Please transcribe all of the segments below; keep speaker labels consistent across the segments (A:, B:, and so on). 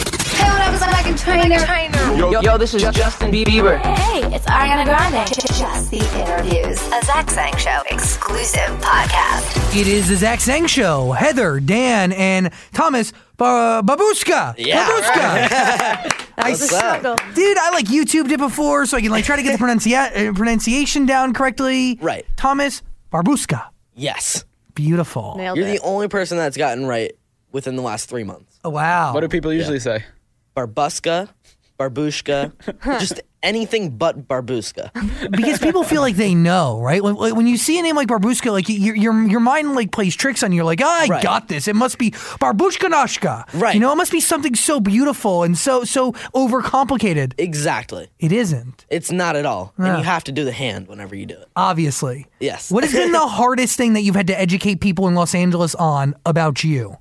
A: Hey, what up? It's Megan Trainer.
B: Yo, yo, this is Justin Bieber.
A: Hey, it's Ariana Grande. Just the interviews, a Zach Sang Show exclusive podcast.
C: It is the Zach Sang Show. Heather, Dan, and Thomas ba- Babushka.
B: Yeah,
C: Babushka. I struggle. Dude, I like YouTubed it before, so I can like try to get the pronuncia- uh, pronunciation down correctly.
B: Right.
C: Thomas Barbuska.
B: Yes.
C: Beautiful.
B: You're the only person that's gotten right within the last three months.
C: Oh, wow.
D: What do people usually say?
B: Barbuska, Barbushka, just anything but Barbuska.
C: because people feel like they know, right? When, when you see a name like Barbushka, like your your your mind like plays tricks on you. You're like, oh, I
B: Right.
C: got this. It must be Barbushkanashka.
B: Right.
C: You know, it must be something so beautiful and so so overcomplicated.
B: Exactly.
C: It isn't.
B: It's not at all. And you have to do the hand whenever you do it.
C: obviously.
B: Yes.
C: What has been the hardest thing that you've had to educate people in Los Angeles on about you?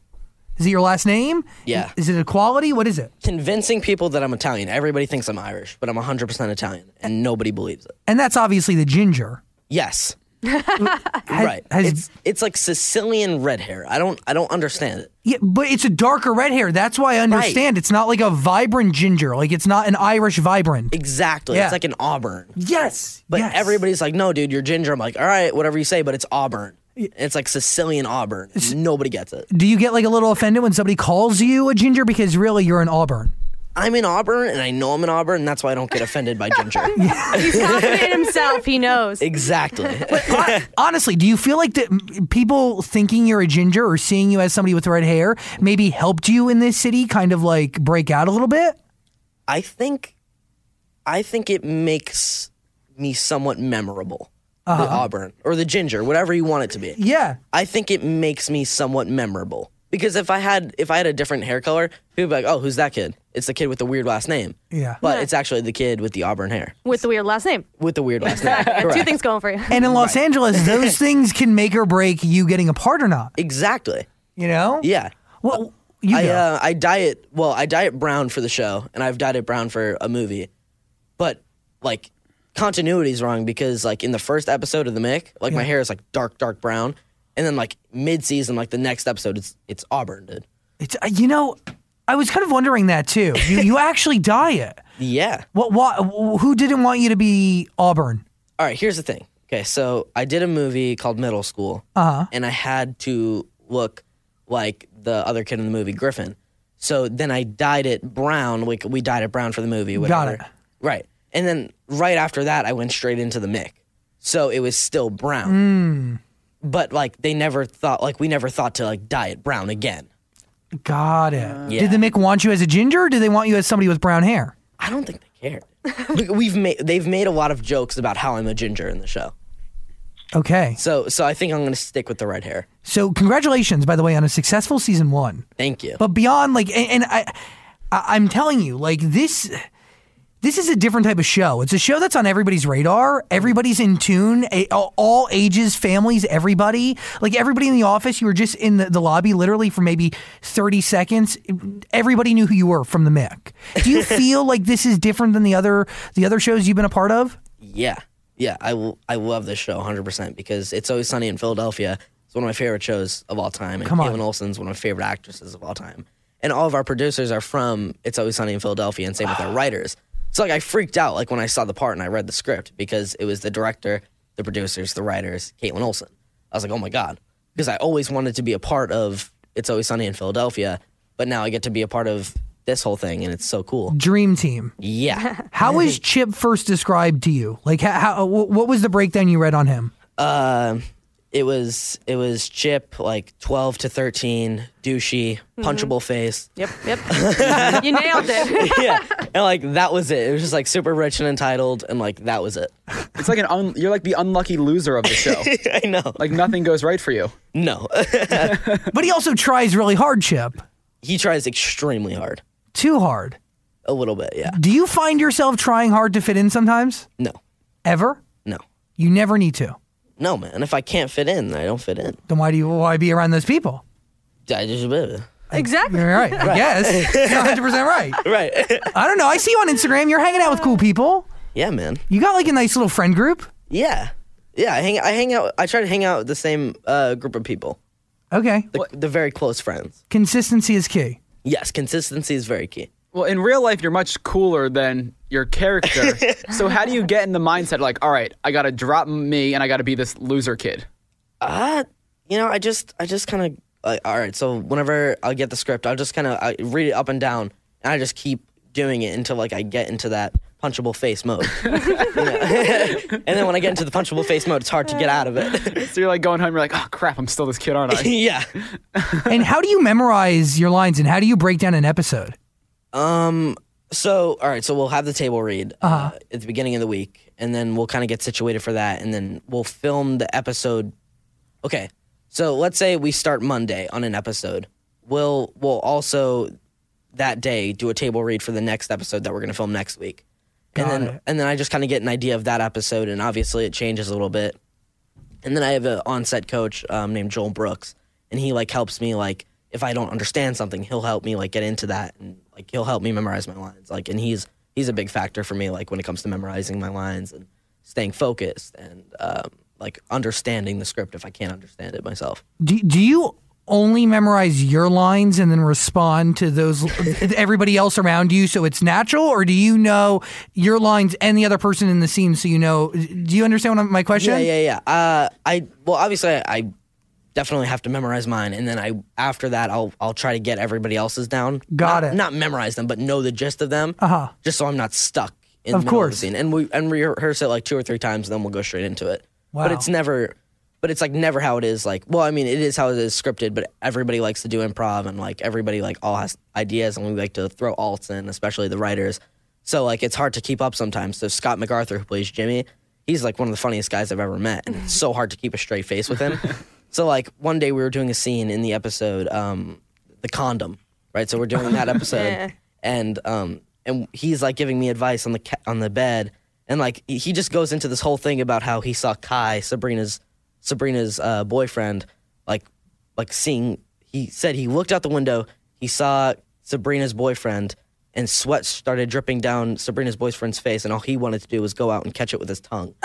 C: Is it your last name?
B: Yeah.
C: Is it a quality? What is it?
B: Convincing people that I'm Italian. Everybody thinks I'm Irish, but I'm 100% Italian, and nobody believes it.
C: And that's obviously the ginger.
B: Yes.
C: Ha-
B: right.
C: has-
B: it's it's like Sicilian red hair. I don't I don't understand it.
C: yeah, but it's a darker red hair. That's why I understand. It's not like a vibrant ginger. Like it's not an Irish vibrant.
B: Exactly.
C: Yeah.
B: It's like an Auburn.
C: yes.
B: But
C: yes.
B: everybody's like, no, dude, you're ginger. I'm like, all right, whatever you say, but it's Auburn. And It's like Sicilian Auburn. And Nobody gets it.
C: Do you get like a little offended when somebody calls you a ginger because really you're an Auburn?
B: I'm in Auburn and I know I'm in Auburn, and that's why I don't get offended by ginger.
E: He's confident in himself. He knows.
B: Exactly.
C: Honestly, do you feel like that m- people thinking you're a ginger or seeing you as somebody with red hair maybe helped you in this city kind of like break out a little bit?
B: I think I think it makes me somewhat memorable. The
C: Uh-huh.
B: Auburn or the ginger, whatever you want it to be.
C: Yeah.
B: I think it makes me somewhat memorable. Because if I had if I had a different hair color, people would be like, Oh, who's that kid? It's the kid with the weird last name.
C: Yeah.
B: But it's actually the kid with the Auburn hair.
E: With the weird last name.
B: With the weird last name.
E: Yeah, two
B: Correct.
E: things going for you.
C: And in Los Angeles, those things can make or break you getting a part or not.
B: Exactly.
C: You know?
B: Yeah.
C: Well, you
B: I
C: go.
B: uh, I dye it well, I dye it brown for the show and I've dyed it brown for a movie. But like continuity is wrong because like in the first episode of the Mick, like my hair is like dark, dark brown. And then like mid season, like the next episode it's it's auburn, dude.
C: it's, uh, you know, I was kind of wondering that too. You, you actually die it.
B: Yeah.
C: What, what, who didn't want you to be Auburn?
B: All right, here's the thing. Okay, so I did a movie called Middle School, uh-huh. and I had to look like the other kid in the movie, Griffin. So then I dyed it brown. Like we dyed it brown for the movie. Whatever.
C: it.
B: Right, and then right after that, I went straight into the Mick. So it was still brown. But like they never thought, like we never thought to like dye it brown again.
C: Got it.
B: Uh, Yeah.
C: Did the Mick want you as a ginger or did they want you as somebody with brown hair?
B: I don't think they cared. We- We've made they've made a lot of jokes about how I'm a ginger in the show.
C: Okay.
B: So so I think I'm gonna stick with the red hair.
C: So, congratulations, by the way, on a successful season one.
B: Thank you.
C: but beyond like and, and I, I i'm telling you like this this is a different type of show it's a show that's on everybody's radar everybody's in tune a, all- all ages families everybody like everybody in the office you were just in the, the lobby literally for maybe 30 seconds everybody knew who you were from the mic do you feel like this is different than the other the other shows you've been a part of
B: Yeah. Yeah. I, l- I love this show 100% because It's Always Sunny in Philadelphia. It's one of my favorite shows of all time. And
C: Come on.
B: Caitlin Olsen's one of my favorite actresses of all time. And all of our producers are from It's Always Sunny in Philadelphia and same with
C: Ah.
B: our writers. So, like, I freaked out, like, when I saw the part and I read the script because it was the director, the producers, the writers, Caitlin Olsen. I was like, oh my God. Because I always wanted to be a part of It's Always Sunny in Philadelphia, but now I get to be a part of this whole thing and it's so cool.
C: dream team
B: Yeah.
C: how is chip first described to you like how, how wh- what was the breakdown you read on him
B: Um, it was it was Chip like twelve to thirteen, douchey, punchable face.
E: Yep, yep. you nailed it.
B: yeah, and like that was it. It was just like super rich and entitled, and like that was it.
D: It's like an un- you're like the unlucky loser of the show.
B: I know.
D: like nothing goes right for you.
B: No,
C: but he also tries really hard chip
B: he tries extremely hard.
C: too hard
B: A little bit, yeah.
C: Do you find yourself trying hard to fit in sometimes?
B: No,
C: Ever?
B: no,
C: You never need to.
B: no, man. If I can't fit in, I don't fit in.
C: Then why do you why be around those people?
B: I just
E: Exactly.
C: You're right. I guess. You're 100 percent right.
B: right.
C: I don't know. I see you on Instagram. You're hanging out with cool people.
B: yeah, man.
C: You got like a nice little friend group.
B: Yeah, yeah. I hang. I hang out. I try to hang out with the same uh, group of people.
C: Okay.
B: The, the very close friends.
C: Consistency is key.
B: Yes, consistency is very key.
D: Well, in real life, you're much cooler than your character. so how do you get in the mindset like, all right, I gotta drop me and I gotta be this loser kid?
B: Uh, you know, I just, I just kind of, like, all right. So whenever I get the script, I'll just kind of read it up and down, and I just keep doing it until like I get into that punchable face mode. You know? and then when I get into the punchable face mode, it's hard to get out of it.
D: So you're like going home, you're like, oh crap, I'm still this kid, aren't I?
B: yeah.
C: And how do you memorize your lines and how do you break down an episode?
B: So all right. So we'll have the table read uh, at the beginning of the week, and then we'll kind of get situated for that, and then we'll film the episode. Okay. So let's say we start Monday on an episode. We'll we'll also that day do a table read for the next episode that we're going to film next week. And then and then I just kind of get an idea of that episode and obviously it changes a little bit. And then I have an on-set coach um, named Joel Brooks and he like helps me like if I don't understand something, he'll help me like get into that and like he'll help me memorize my lines. Like and he's he's a big factor for me like when it comes to memorizing my lines and staying focused and um, like understanding the script if I can't understand it myself.
C: Do, do you only memorize your lines and then respond to those everybody else around you so it's natural or do you know your lines and the other person in the scene so you know do you understand what I'm- my question
B: Yeah, yeah, yeah. Uh, I well, obviously, I, I definitely have to memorize mine, and then I after that, I'll I'll try to get everybody else's down.
C: Got
B: Not-
C: it.
B: Not memorize them, but know the gist of them. Uh
C: Uh-huh.
B: Just so I'm not stuck. In
C: Of
B: the middle
C: course.
B: the scene, and we and we rehearse it like two or three times, and then we'll go straight into it.
C: Wow.
B: But it's never. But it's like never how it is. Like, well, I mean, it is how it is scripted. But everybody likes to do improv, and like everybody like all has ideas, and we like to throw alts in, especially the writers. So like it's hard to keep up sometimes. So Scott MacArthur, who plays Jimmy, he's like one of the funniest guys I've ever met, and it's so hard to keep a straight face with him. so like one day we were doing a scene in the episode, um, the condom, right? So we're doing that episode, and um, and he's like giving me advice on the ca- on the bed, and like he- he just goes into this whole thing about how he saw Kai Sabrina's Sabrina's uh, boyfriend, like like seeing. He said he looked out the window, he saw Sabrina's boyfriend, and sweat started dripping down Sabrina's boyfriend's face, and all he wanted to do was go out and catch it with his tongue.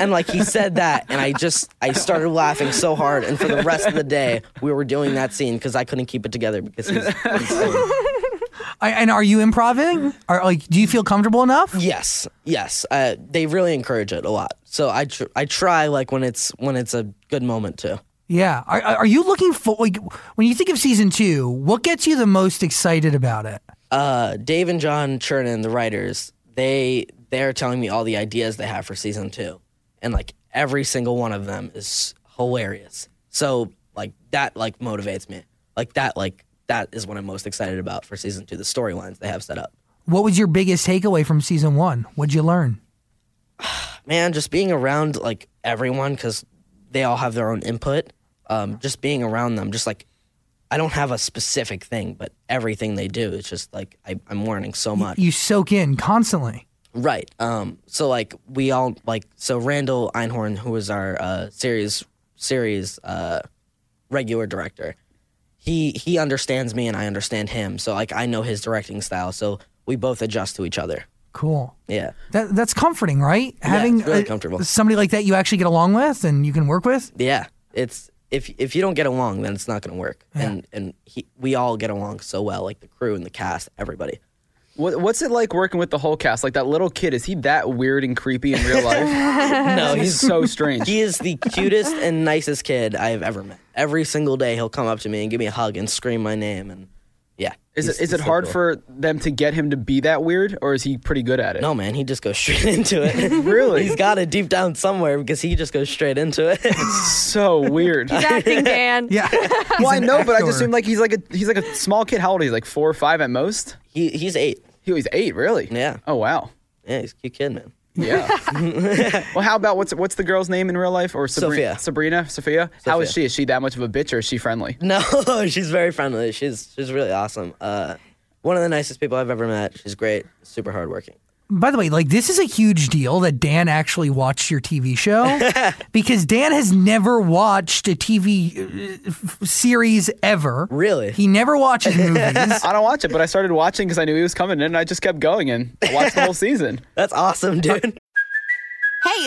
B: and like he said that, and I just I started laughing so hard, and for the rest of the day we were doing that scene because I couldn't keep it together because he's insane.
C: I, and are you improving are like do you feel comfortable enough
B: Yes, yes. Uh, they really encourage it a lot. So I tr- I try like when it's when it's a good moment too.
C: yeah are, are you looking for like when you think of season 2 what gets you the most excited about it
B: Uh, Dave and John Chernin, the writers, they they're telling me all the ideas they have for season two, and like every single one of them is hilarious. So like that like motivates me. Like that like that is what I'm most excited about for season two. The storylines they have set up.
C: what was your biggest takeaway from season 1 what'd you learn
B: man, just being around like everyone because they all have their own input. Um, just being around them, just like I don't have a specific thing, but everything they do, it's just like I, I'm learning so much.
C: you soak in constantly
B: Right. Um. So like we all like so Randall Einhorn, who was our uh, series series uh, regular director, he he understands me and I understand him. So like I know his directing style. So we both adjust to each other.
C: cool
B: Yeah.
C: That, that's comforting, right? Having
B: it's really
C: uh,
B: comfortable.
C: somebody like that you actually get along with and you can work with.
B: Yeah, it's if if you don't get along, then it's not going to work. And and he, we all get along so well, like the crew and the cast, everybody.
D: What, what's it like working with the whole cast? Like that little kid, is he that weird and creepy in real life?
B: No,
D: He's so strange.
B: he is the cutest and nicest kid I have ever met. Every single day, he'll come up to me and give me a hug and scream my name, and yeah.
D: Is
B: he's-
D: it, is
B: he's
D: it
B: so
D: hard
B: cool.
D: for them to get him to be that weird, or is he pretty good at it?
B: No, man, he just goes straight into it.
D: Really?
B: he's got it deep down somewhere because he just goes straight into it.
D: so weird.
E: He's acting, Dan.
C: Yeah.
D: well, I know, but I just assume
C: assume
D: like he's like a he's like a small kid. How old? He's like four or five at most.
B: he he's eight.
D: He was eight, really.
B: Yeah.
D: Oh wow.
B: Yeah, he's a cute kid, man.
D: Yeah. well, how about what's what's the girl's name in real life or Sabrina?
B: Sophia.
D: Sabrina. Sophia. How is
B: Sophia.
D: she? Is she that much of a bitch or is she friendly?
B: No, she's very friendly. She's she's really awesome. Uh, one of the nicest people I've ever met. She's great, super hardworking.
C: By the way, like this is a huge deal that Dan actually watched your TV show because Dan has never watched a TV uh, f- series ever.
B: Really?
C: He never watches movies.
D: I don't watch it, but I started watching because I knew he was coming in, and I just kept going, and I watched the whole season.
B: That's awesome, dude.
F: Hey,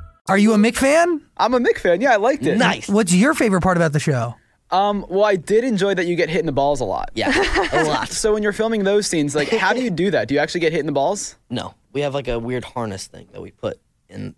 C: Are you a Mick fan?
D: I'm a Mick fan. Yeah, I liked it.
B: Nice.
C: What's your favorite part about the show?
D: Um, well, I did enjoy that you get hit in the balls a lot.
B: Yeah, a lot.
D: So when you're filming those scenes, like, how do you do that? Do you actually get hit in the balls?
B: No, we have like a weird harness thing that we put in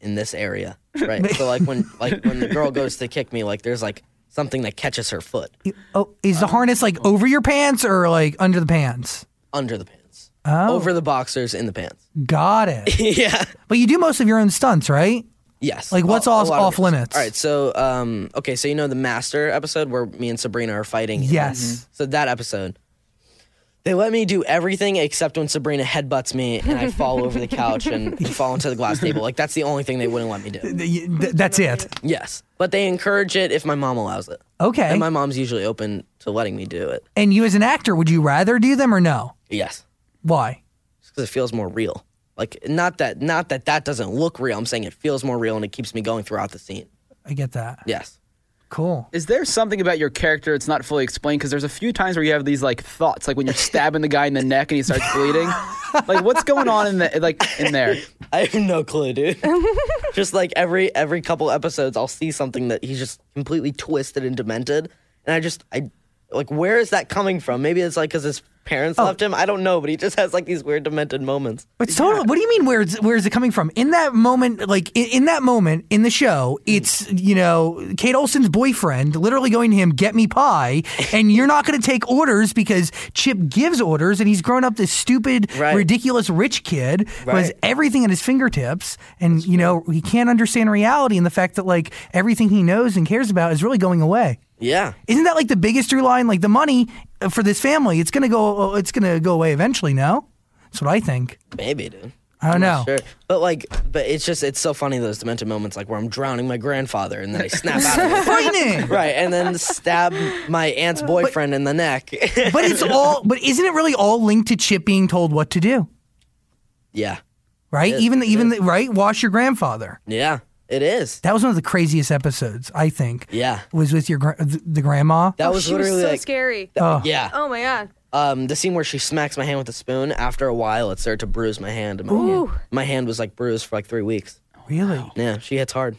B: in this area, right? so like when like when the girl goes to kick me, like there's like something that catches her foot
C: Oh, is the harness like over your pants or like under the pants?
B: under the pants, oh. over the boxers, in the pants.
C: Got it.
B: yeah.
C: but you do most of your own stunts, right?
B: Yes.
C: Like, what's
B: A- a
C: off-
B: lot of
C: off
B: games.
C: limits?
B: All right. So, um, okay. So you know the master episode where me and Sabrina are fighting.
C: Yes.
B: So that episode, they let me do everything except when Sabrina headbutts me and I fall over the couch and, and fall into the glass table. Like that's the only thing they wouldn't let me do.
C: Th- th- That's it.
B: Yes. But they encourage it if my mom allows it.
C: Okay.
B: And my mom's usually open to letting me do it.
C: And you, as an actor, would you rather do them or no?
B: Yes.
C: Why?
B: because it feels more real. Like not that not that that doesn't look real. I'm saying it feels more real and it keeps me going throughout the scene.
C: I get that.
B: Yes.
C: Cool.
D: Is there something about your character that's not fully explained? Because there's a few times where you have these like thoughts, like when you're stabbing the guy in the neck and he starts bleeding. like, what's going on in the like in there?
B: I have no clue, dude. just like every every couple episodes I'll see something that he's just completely twisted and demented and I just I like where is that coming from? Maybe it's like cuz his parents left him. I don't know, but he just has like these weird demented moments.
C: It's totally. What do you mean? Where's where's it coming from? In that moment, like in, in that moment in the show, it's you know Kate Olsen's boyfriend literally going to him, "Get me pie," and you're not going to take orders because Chip gives orders, and he's grown up this stupid,
B: Right.
C: ridiculous rich kid who has
B: Right.
C: everything at his fingertips, and you know he can't understand reality and the fact that like everything he knows and cares about is really going away.
B: Yeah.
C: Isn't that like the biggest through line? Like the money uh, for this family, it's gonna go. uh, It's gonna go away eventually. No, that's what I think.
B: Maybe, dude.
C: I don't know.
B: Sure. But like but it's just it's so funny those demented moments like where I'm drowning my grandfather and then I snap out of it.
C: Frightening.
B: right, and then stab my aunt's boyfriend in the neck.
C: But it's all. But isn't it really all linked to Chip being told what to do?
B: yeah,
C: Right. even the, even the, right. Wash your grandfather.
B: yeah, it is.
C: That was one of the craziest episodes. I think.
B: Yeah,
C: Was with your gra- th- the grandma.
B: that was
E: Oh, she was
B: literally
E: so
B: like
E: scary.
B: yeah.
E: Oh my god.
B: Um, the scene where she smacks my hand with a spoon. After a while, it started to bruise my hand. and My, hand, my hand was like bruised for like three weeks.
C: Oh, Really.
B: Yeah, she hits hard.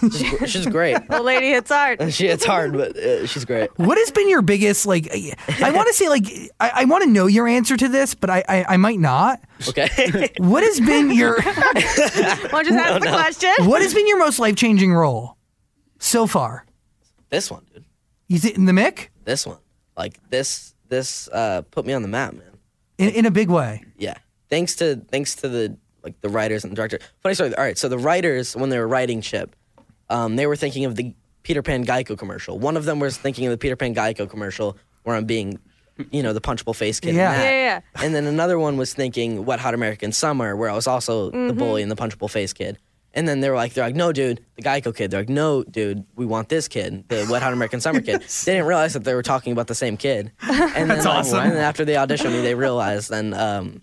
B: She's, gr- she's great.
E: The lady hits hard.
B: She hits hard, but uh, she's great.
C: What has been your biggest like? I- I want to say like I, I want to know your answer to this, but I, I I might not.
B: Okay.
C: What has been your
E: Well, just ask the question.
C: What has been your most life changing role so far?
B: this one, dude.
C: You th- in the Mick?
B: This one. Like this. This uh, put me on the map, man.
C: In, in a big way.
B: Yeah. Thanks to thanks to the like the writers and director. Funny story. All right, so the writers when they were writing Chip, um, they were thinking of the Peter Pan Geico commercial. One of them was thinking of the Peter Pan Geico commercial where I'm being, you know, the punchable face kid. in
C: Yeah.
B: that.
E: Yeah, yeah,
B: And then another one was thinking Wet Hot American Summer where I was also the
C: Mm-hmm.
B: bully and the punchable face kid. And then they were like, they're like, no, dude, the Geico kid. They're like, no, dude, we want this kid, the Wet Hot American Summer kid. They didn't realize that they were talking about the same kid. And That's
C: awesome.
B: And then after they auditioned me, they realized. And um,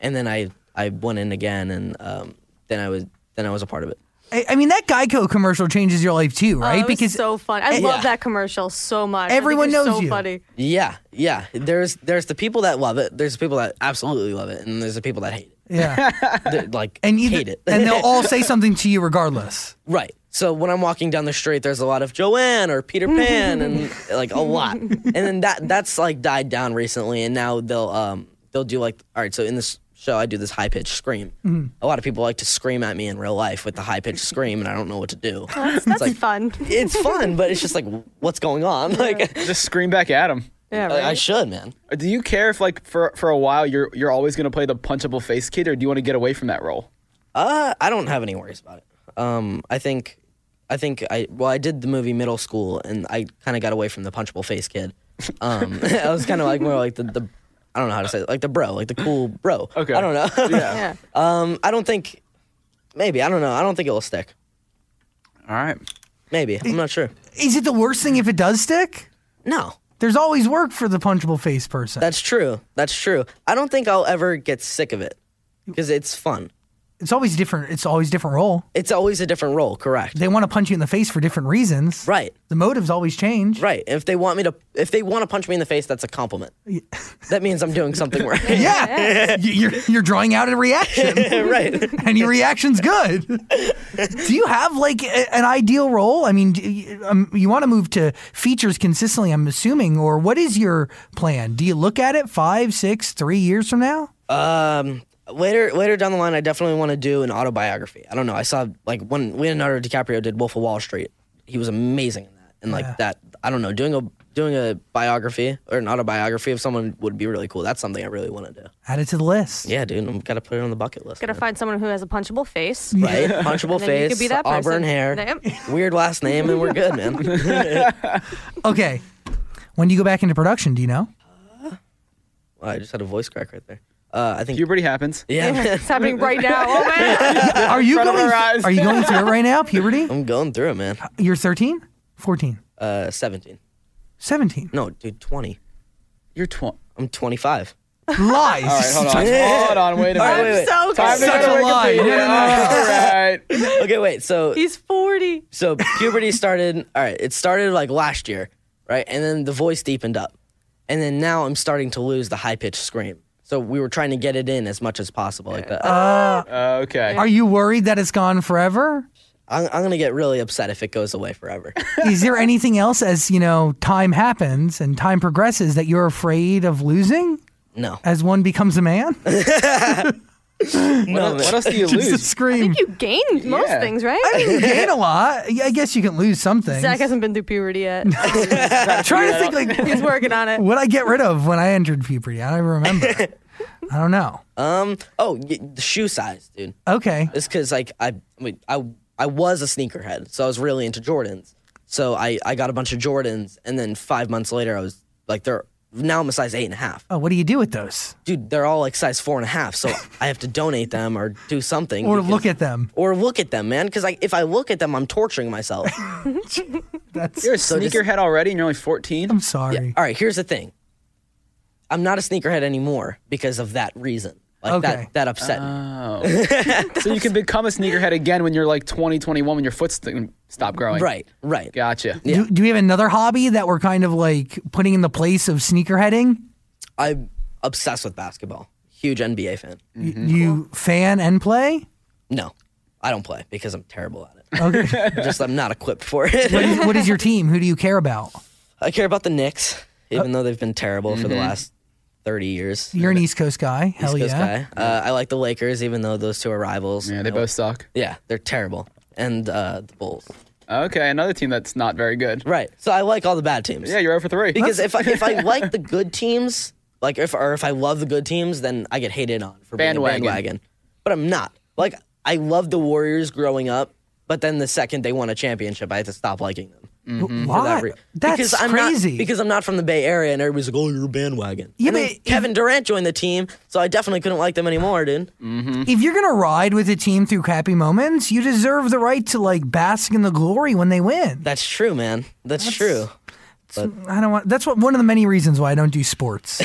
B: and then I I went in again, and um, then I was then I was a part of it.
C: I, I mean, that Geico commercial changes your life too,
E: Oh,
C: right?
E: it was so fun. I love that commercial so much. I think
C: Everyone
E: they're
C: knows
E: so
C: you.
E: Funny.
B: Yeah, yeah. There's there's the people that love it. There's the people that absolutely love it, and there's the people that hate it.
C: yeah,
B: They're, like
C: and you
B: hate it.
C: and they'll all say something to you regardless.
B: Right. So when I'm walking down the street, there's a lot of Joanne or Peter Pan, and like a lot. And then that that's like died down recently, and now they'll um they'll do like all right. So in this show, I do this high pitched scream. A lot of people like to scream at me in real life with the high pitched scream, and I don't know what to do.
E: That's, that's
B: like-
E: fun.
B: It's fun, but it's just like what's going on? Like
D: Just scream back at him.
B: I-
E: Yeah, right.
B: I should, man.
D: Do you care if like for for a while you're you're always gonna play the punchable face kid, or do you want to get away from that role?
B: Uh, I don't have any worries about it. Um, I think, I think I well, I did the movie Middle School, and I kind of got away from the punchable face kid. Um, I was kind of like more like the, the I don't know how to say it, like the bro, like the cool bro.
D: Okay.
B: I don't know.
E: yeah.
B: um, I don't think. Maybe I don't know. I don't think it will stick.
D: All right.
B: Maybe I'm not sure.
C: Is it the worst thing if it does stick?
B: No,
C: There's always work for the punchable face person.
B: that's true. That's true. I don't think I'll ever get sick of it because it's fun.
C: it's always different. It's always different role.
B: It's always a different role, correct?
C: They want to punch you in the face for different reasons.
B: Right.
C: The motives always change.
B: Right. If they want me to, if they want to punch me in the face, that's a compliment. that means I'm doing something right.
C: Yeah. Y- you're you're drawing out a reaction.
B: right.
C: and your reaction's good. do you have like a- an ideal role? I mean, do you, um, you want to move to features consistently, I'm assuming, or what is your plan? Do you look at it five, six, three years from now?
B: Um, later later down the line, I definitely want to do an autobiography. I don't know. I saw like when Leonardo DiCaprio did Wolf of Wall Street, he was amazing in that. And like that, I don't know, doing a doing a biography or an autobiography of someone would be really cool. That's something I really want to do.
C: Add it to the list.
B: Yeah, dude, I've got to put it on the bucket list.
E: Gotta
B: man.
E: find someone who has a punchable face.
B: Right, punchable
E: then you
B: face,
E: could be that
B: auburn
E: person.
B: hair,
E: Yep.
B: weird last name, and we're good, man.
C: Okay. When do you go back into production? Do you know?
B: Wow, I just had a voice crack right there. Uh, I think.
D: Puberty happens.
B: yeah, man,
E: It's happening right now. Oh man.
C: Are you
D: Uh, front of
C: going?
D: our eyes.
C: Are you going through it right now? Puberty?
B: I'm going through it, man.
C: You're 13, 14,
B: Uh, 17.
C: 17.
B: No, dude, 20.
D: You're twenty.
B: I'm 25.
C: Lies.
D: All right, hold on. hold on. Wait a
B: All right,
D: minute.
B: wait, wait.
E: so
D: Time to
C: Such
D: go to
C: a lie.
D: Wikipedia.
C: No, no, no,
D: All right.
B: Okay, wait. So
E: He's 40.
B: so puberty started all right it started like last year right and then the voice deepened up and then now i'm starting to lose the high-pitched scream so we were trying to get it in as much as possible like that
D: Uh, okay.
C: Are you worried that it's gone forever?
B: I'm, I'm gonna get really upset if it goes away forever
C: Is there anything else as you know time happens and time progresses that you're afraid of losing
B: no
C: as one becomes a man?
D: what, else, what else do you
C: Just a
D: lose?
C: scream.
E: You gained most
D: Yeah.
E: things, right?
C: You gain a lot. Yeah, I guess you can lose some things.
E: Zach hasn't been through puberty yet.
C: Trying to think like
E: He's working on it.
C: what I get rid of when I entered puberty. I don't even remember. I don't know.
B: um oh y- the shoe size dude
C: Okay.
B: it's because like I, I mean i i was a sneakerhead so i was really into jordans so i i got a bunch of jordans and then five months later i was like they're now i'm a size eight and a half
C: Oh, what do you do with those?
B: dude, they're all like size four and a half, so I have to donate them or do something.
C: Or
B: because-
C: look at them.
B: or look at them, man. Because like if I look at them, I'm torturing myself.
C: That's
D: You're a
B: just-
D: sneakerhead already, and you're only fourteen.
C: I'm sorry.
B: all right, here's the thing. I'm not a sneakerhead anymore because of that reason. Like
C: Okay.
B: that that upset me.
D: So you can become a sneakerhead again when you're like 20, 21, when your foot st- stop growing.
B: Right, right.
D: Gotcha.
C: Do, do we have another hobby that we're kind of like putting in the place of sneakerheading?
B: I'm obsessed with basketball. Huge NBA fan.
C: Y- You fan and play?
B: No, I don't play because I'm terrible at it. Just I'm not equipped for it.
C: What is, what is your team? Who do you care about?
B: I care about the Knicks, even
C: Uh,
B: though they've been terrible for the
D: Mm-hmm.
B: last thirty years.
C: You're an East Coast guy. Hell
B: East Coast
C: yeah.
B: guy. Uh, I like the Lakers, even though those two are rivals.
D: Yeah, they both suck.
B: Yeah, they're terrible. And uh, the Bulls.
D: Okay, another team that's not very good.
B: Right. So I like all the bad teams.
D: Yeah, you're over three.
B: Because if I, if I like the good teams, like if or if I love the good teams, then I get hated on for being a
D: Bandwagon.
B: bandwagon. But I'm not. Like I loved the Warriors growing up, but then the second they won a championship, I had to stop liking them.
D: Mm.
C: Why?
B: For that Mm-hmm. re-
C: That's
B: because I'm not-
C: crazy.
B: because I'm not from the Bay Area, and everybody's like, "Oh, you're a bandwagon."
C: Yeah,
B: And then
C: but if-
B: Kevin Durant joined the team, so I definitely couldn't like them anymore, dude.
C: if you're gonna ride with a team through happy moments, you deserve the right to like bask in the glory when they win.
B: That's true, man. That's true.
C: I don't want. That's what one of the many reasons why I don't do sports.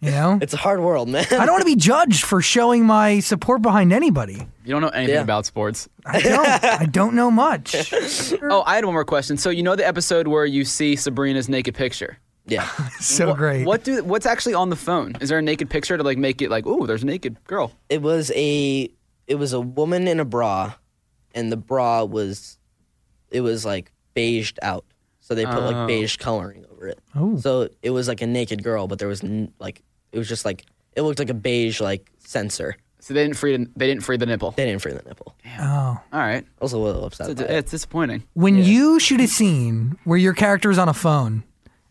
C: you know,
B: It's a hard world, man.
C: I don't want to be judged for showing my support behind anybody.
D: You don't know anything
B: Yeah.
D: about sports.
C: I don't. I don't know much.
D: Oh, I had one more question. So you know the episode where you see Sabrina's naked picture?
B: Yeah.
C: So great.
D: What do what's actually on the phone? Is there a naked picture to like make it like, ooh, there's a naked girl?
B: It was a it was a woman in a bra and the bra was it was like beiged out. So they put like beige coloring over it.
C: Oh.
B: So it was like a naked girl, but there was n- like it was just like it looked like a beige like sensor.
D: So they didn't free they didn't free the nipple.
B: They didn't free the nipple.
C: Oh.
D: All right,
B: I was a little upset.
D: it's,
B: by it.
D: it's disappointing.
C: When you shoot a scene where your character is on a phone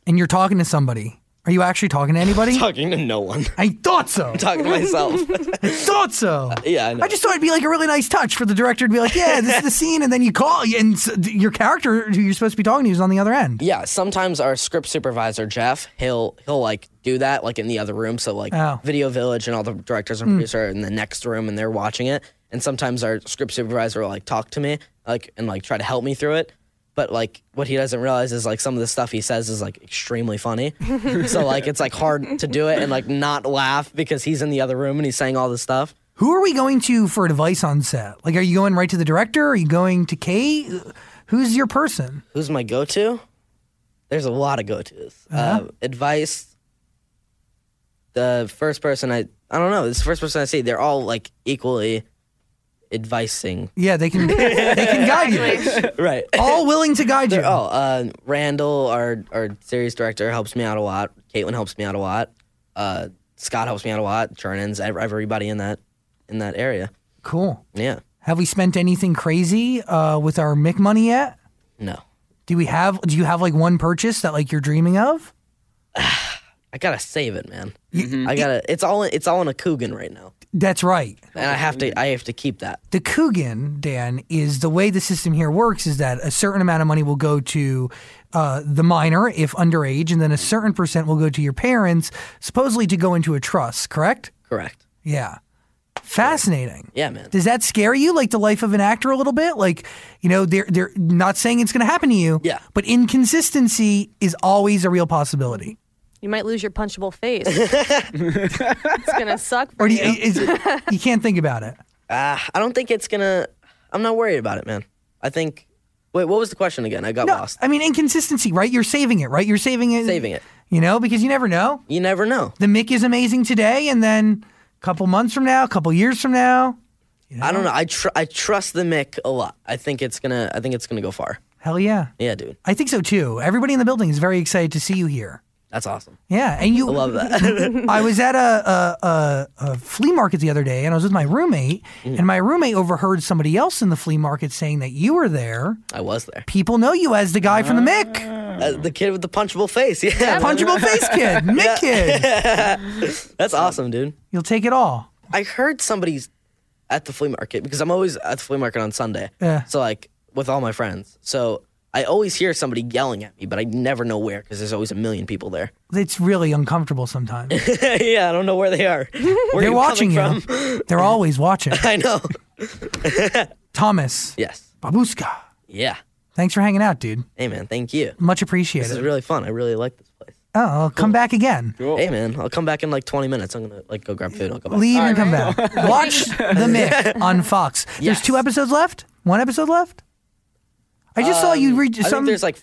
C: and you're talking to somebody, Are you actually talking to anybody?
B: Talking to no one.
C: I thought so.
B: Talking to myself.
C: thought so.
B: Yeah, I know.
C: I just thought it'd be like a really nice touch for the director to be like, "Yeah, this is the scene," and then you call, and s- your character who you're supposed to be talking to is on the other end.
B: yeah, sometimes our script supervisor Jeff, he'll he'll like do that like in the other room. So like
C: Oh. Hmm.
B: Video Village and all the directors and producers are in the next room and they're watching it. And sometimes our script supervisor will like talk to me like and like try to help me through it. But like what he doesn't realize is like some of the stuff he says is like extremely funny. so like it's like hard to do it and like not laugh because he's in the other room and he's saying all this stuff.
C: Who are we going to for advice on set? Like, are you going right to the director? Are you going to Kate? Who's your person?
B: Who's my go to? There's a lot of go tos. Uh, advice. The first person I I don't know. This first person I see, they're all like equally advising.
C: Yeah, they can they can guide you.
B: Right.
C: All willing to guide you.
B: Oh, uh, Randall, our our series director, helps me out a lot. Caitlin helps me out a lot. Uh, Scott helps me out a lot. Chernan's ev- everybody in that in that area.
C: Cool.
B: Yeah.
C: Have we spent anything crazy uh, with our Mick money yet?
B: No.
C: Do we have? Do you have like one purchase that like you're dreaming of?
B: I gotta save it, man. I gotta. It's all. It's all in a Coogan right now,
C: That's right.
B: and I have to. I have to keep that.
C: the Coogan, Dan, is the way the system here works is that a certain amount of money will go to uh, the minor if underage, and then a certain percent will go to your parents, supposedly to go into a trust, correct?
B: Correct.
C: Yeah. Fascinating.
B: Yeah, man.
C: Does that scare you, like the life of an actor, a little bit? Like, you know, they're they're not saying it's going to happen to you.
B: Yeah.
C: But inconsistency is always a real possibility.
E: You might lose your punchable face. it's gonna suck for
C: Or do you,
E: you.
C: is it, you can't think about it.
B: Ah, I don't think it's gonna. I'm not worried about it, man. I think. Wait, what was the question again? I got
C: No,
B: lost.
C: I mean inconsistency, right? You're saving it, right? You're saving it.
B: Saving it.
C: You know, because you never know.
B: You never know.
C: the Mick is amazing today, and then a couple months from now, a couple years from now,
B: I don't know. I tr- I trust the Mick a lot. I think it's gonna. I think it's gonna go far.
C: hell yeah.
B: Yeah, dude.
C: I think so too. Everybody in the building is very excited to see you here.
B: That's awesome.
C: Yeah, and you. I
B: Love that.
C: was at a, a, a, a flea market the other day, and I was with my roommate,
B: Mm.
C: and my roommate overheard somebody else in the flea market saying that you were there.
B: I was there.
C: People know you as the guy from the Mick,
B: Uh, the kid with the punchable face. Yeah,
C: punchable face kid, Mick kid.
B: that's awesome, dude.
C: You'll take it all.
B: I heard somebody's at the flea market because I'm always at the flea market on Sunday.
C: Yeah.
B: So like with all my friends. So I always hear somebody yelling at me, but I never know where because there's always a million people there.
C: It's really uncomfortable sometimes.
B: yeah, I don't know where they are. Where
C: They're
B: you
C: watching
B: coming
C: you.
B: from?
C: They're always watching.
B: I know.
C: Thomas
B: Yes.
C: Babuska,
B: Yeah.
C: thanks for hanging out, dude.
B: Hey man, thank you.
C: Much
B: This
C: appreciated.
B: is really fun. I really like this place.
C: oh, I'll come back again.
B: Hey man, I'll come back in like 20 minutes. I'm gonna like go grab food. I'll go back.
C: Leave and come back. Watch the Mick on Fox. There's
B: Yes.
C: two episodes left. One episode left. I just saw you read
B: Um, I think
C: some.
B: there's like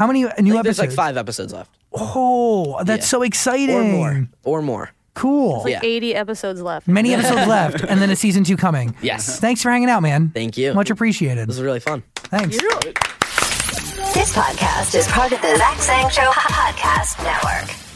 C: how many uh, new
B: there's
C: episodes?
B: like five episodes left,
C: Oh, that's so exciting.
B: or more, or more.
C: Cool.
E: Like
B: Yeah.
E: 80 episodes left.
C: Many episodes left, and then a season two coming.
B: Yes.
C: Thanks for hanging out, man.
B: Thank you.
C: Much
B: This
C: appreciated.
B: is really fun.
C: Thanks.
A: This podcast is part of the Zach Sang Show Podcast Network.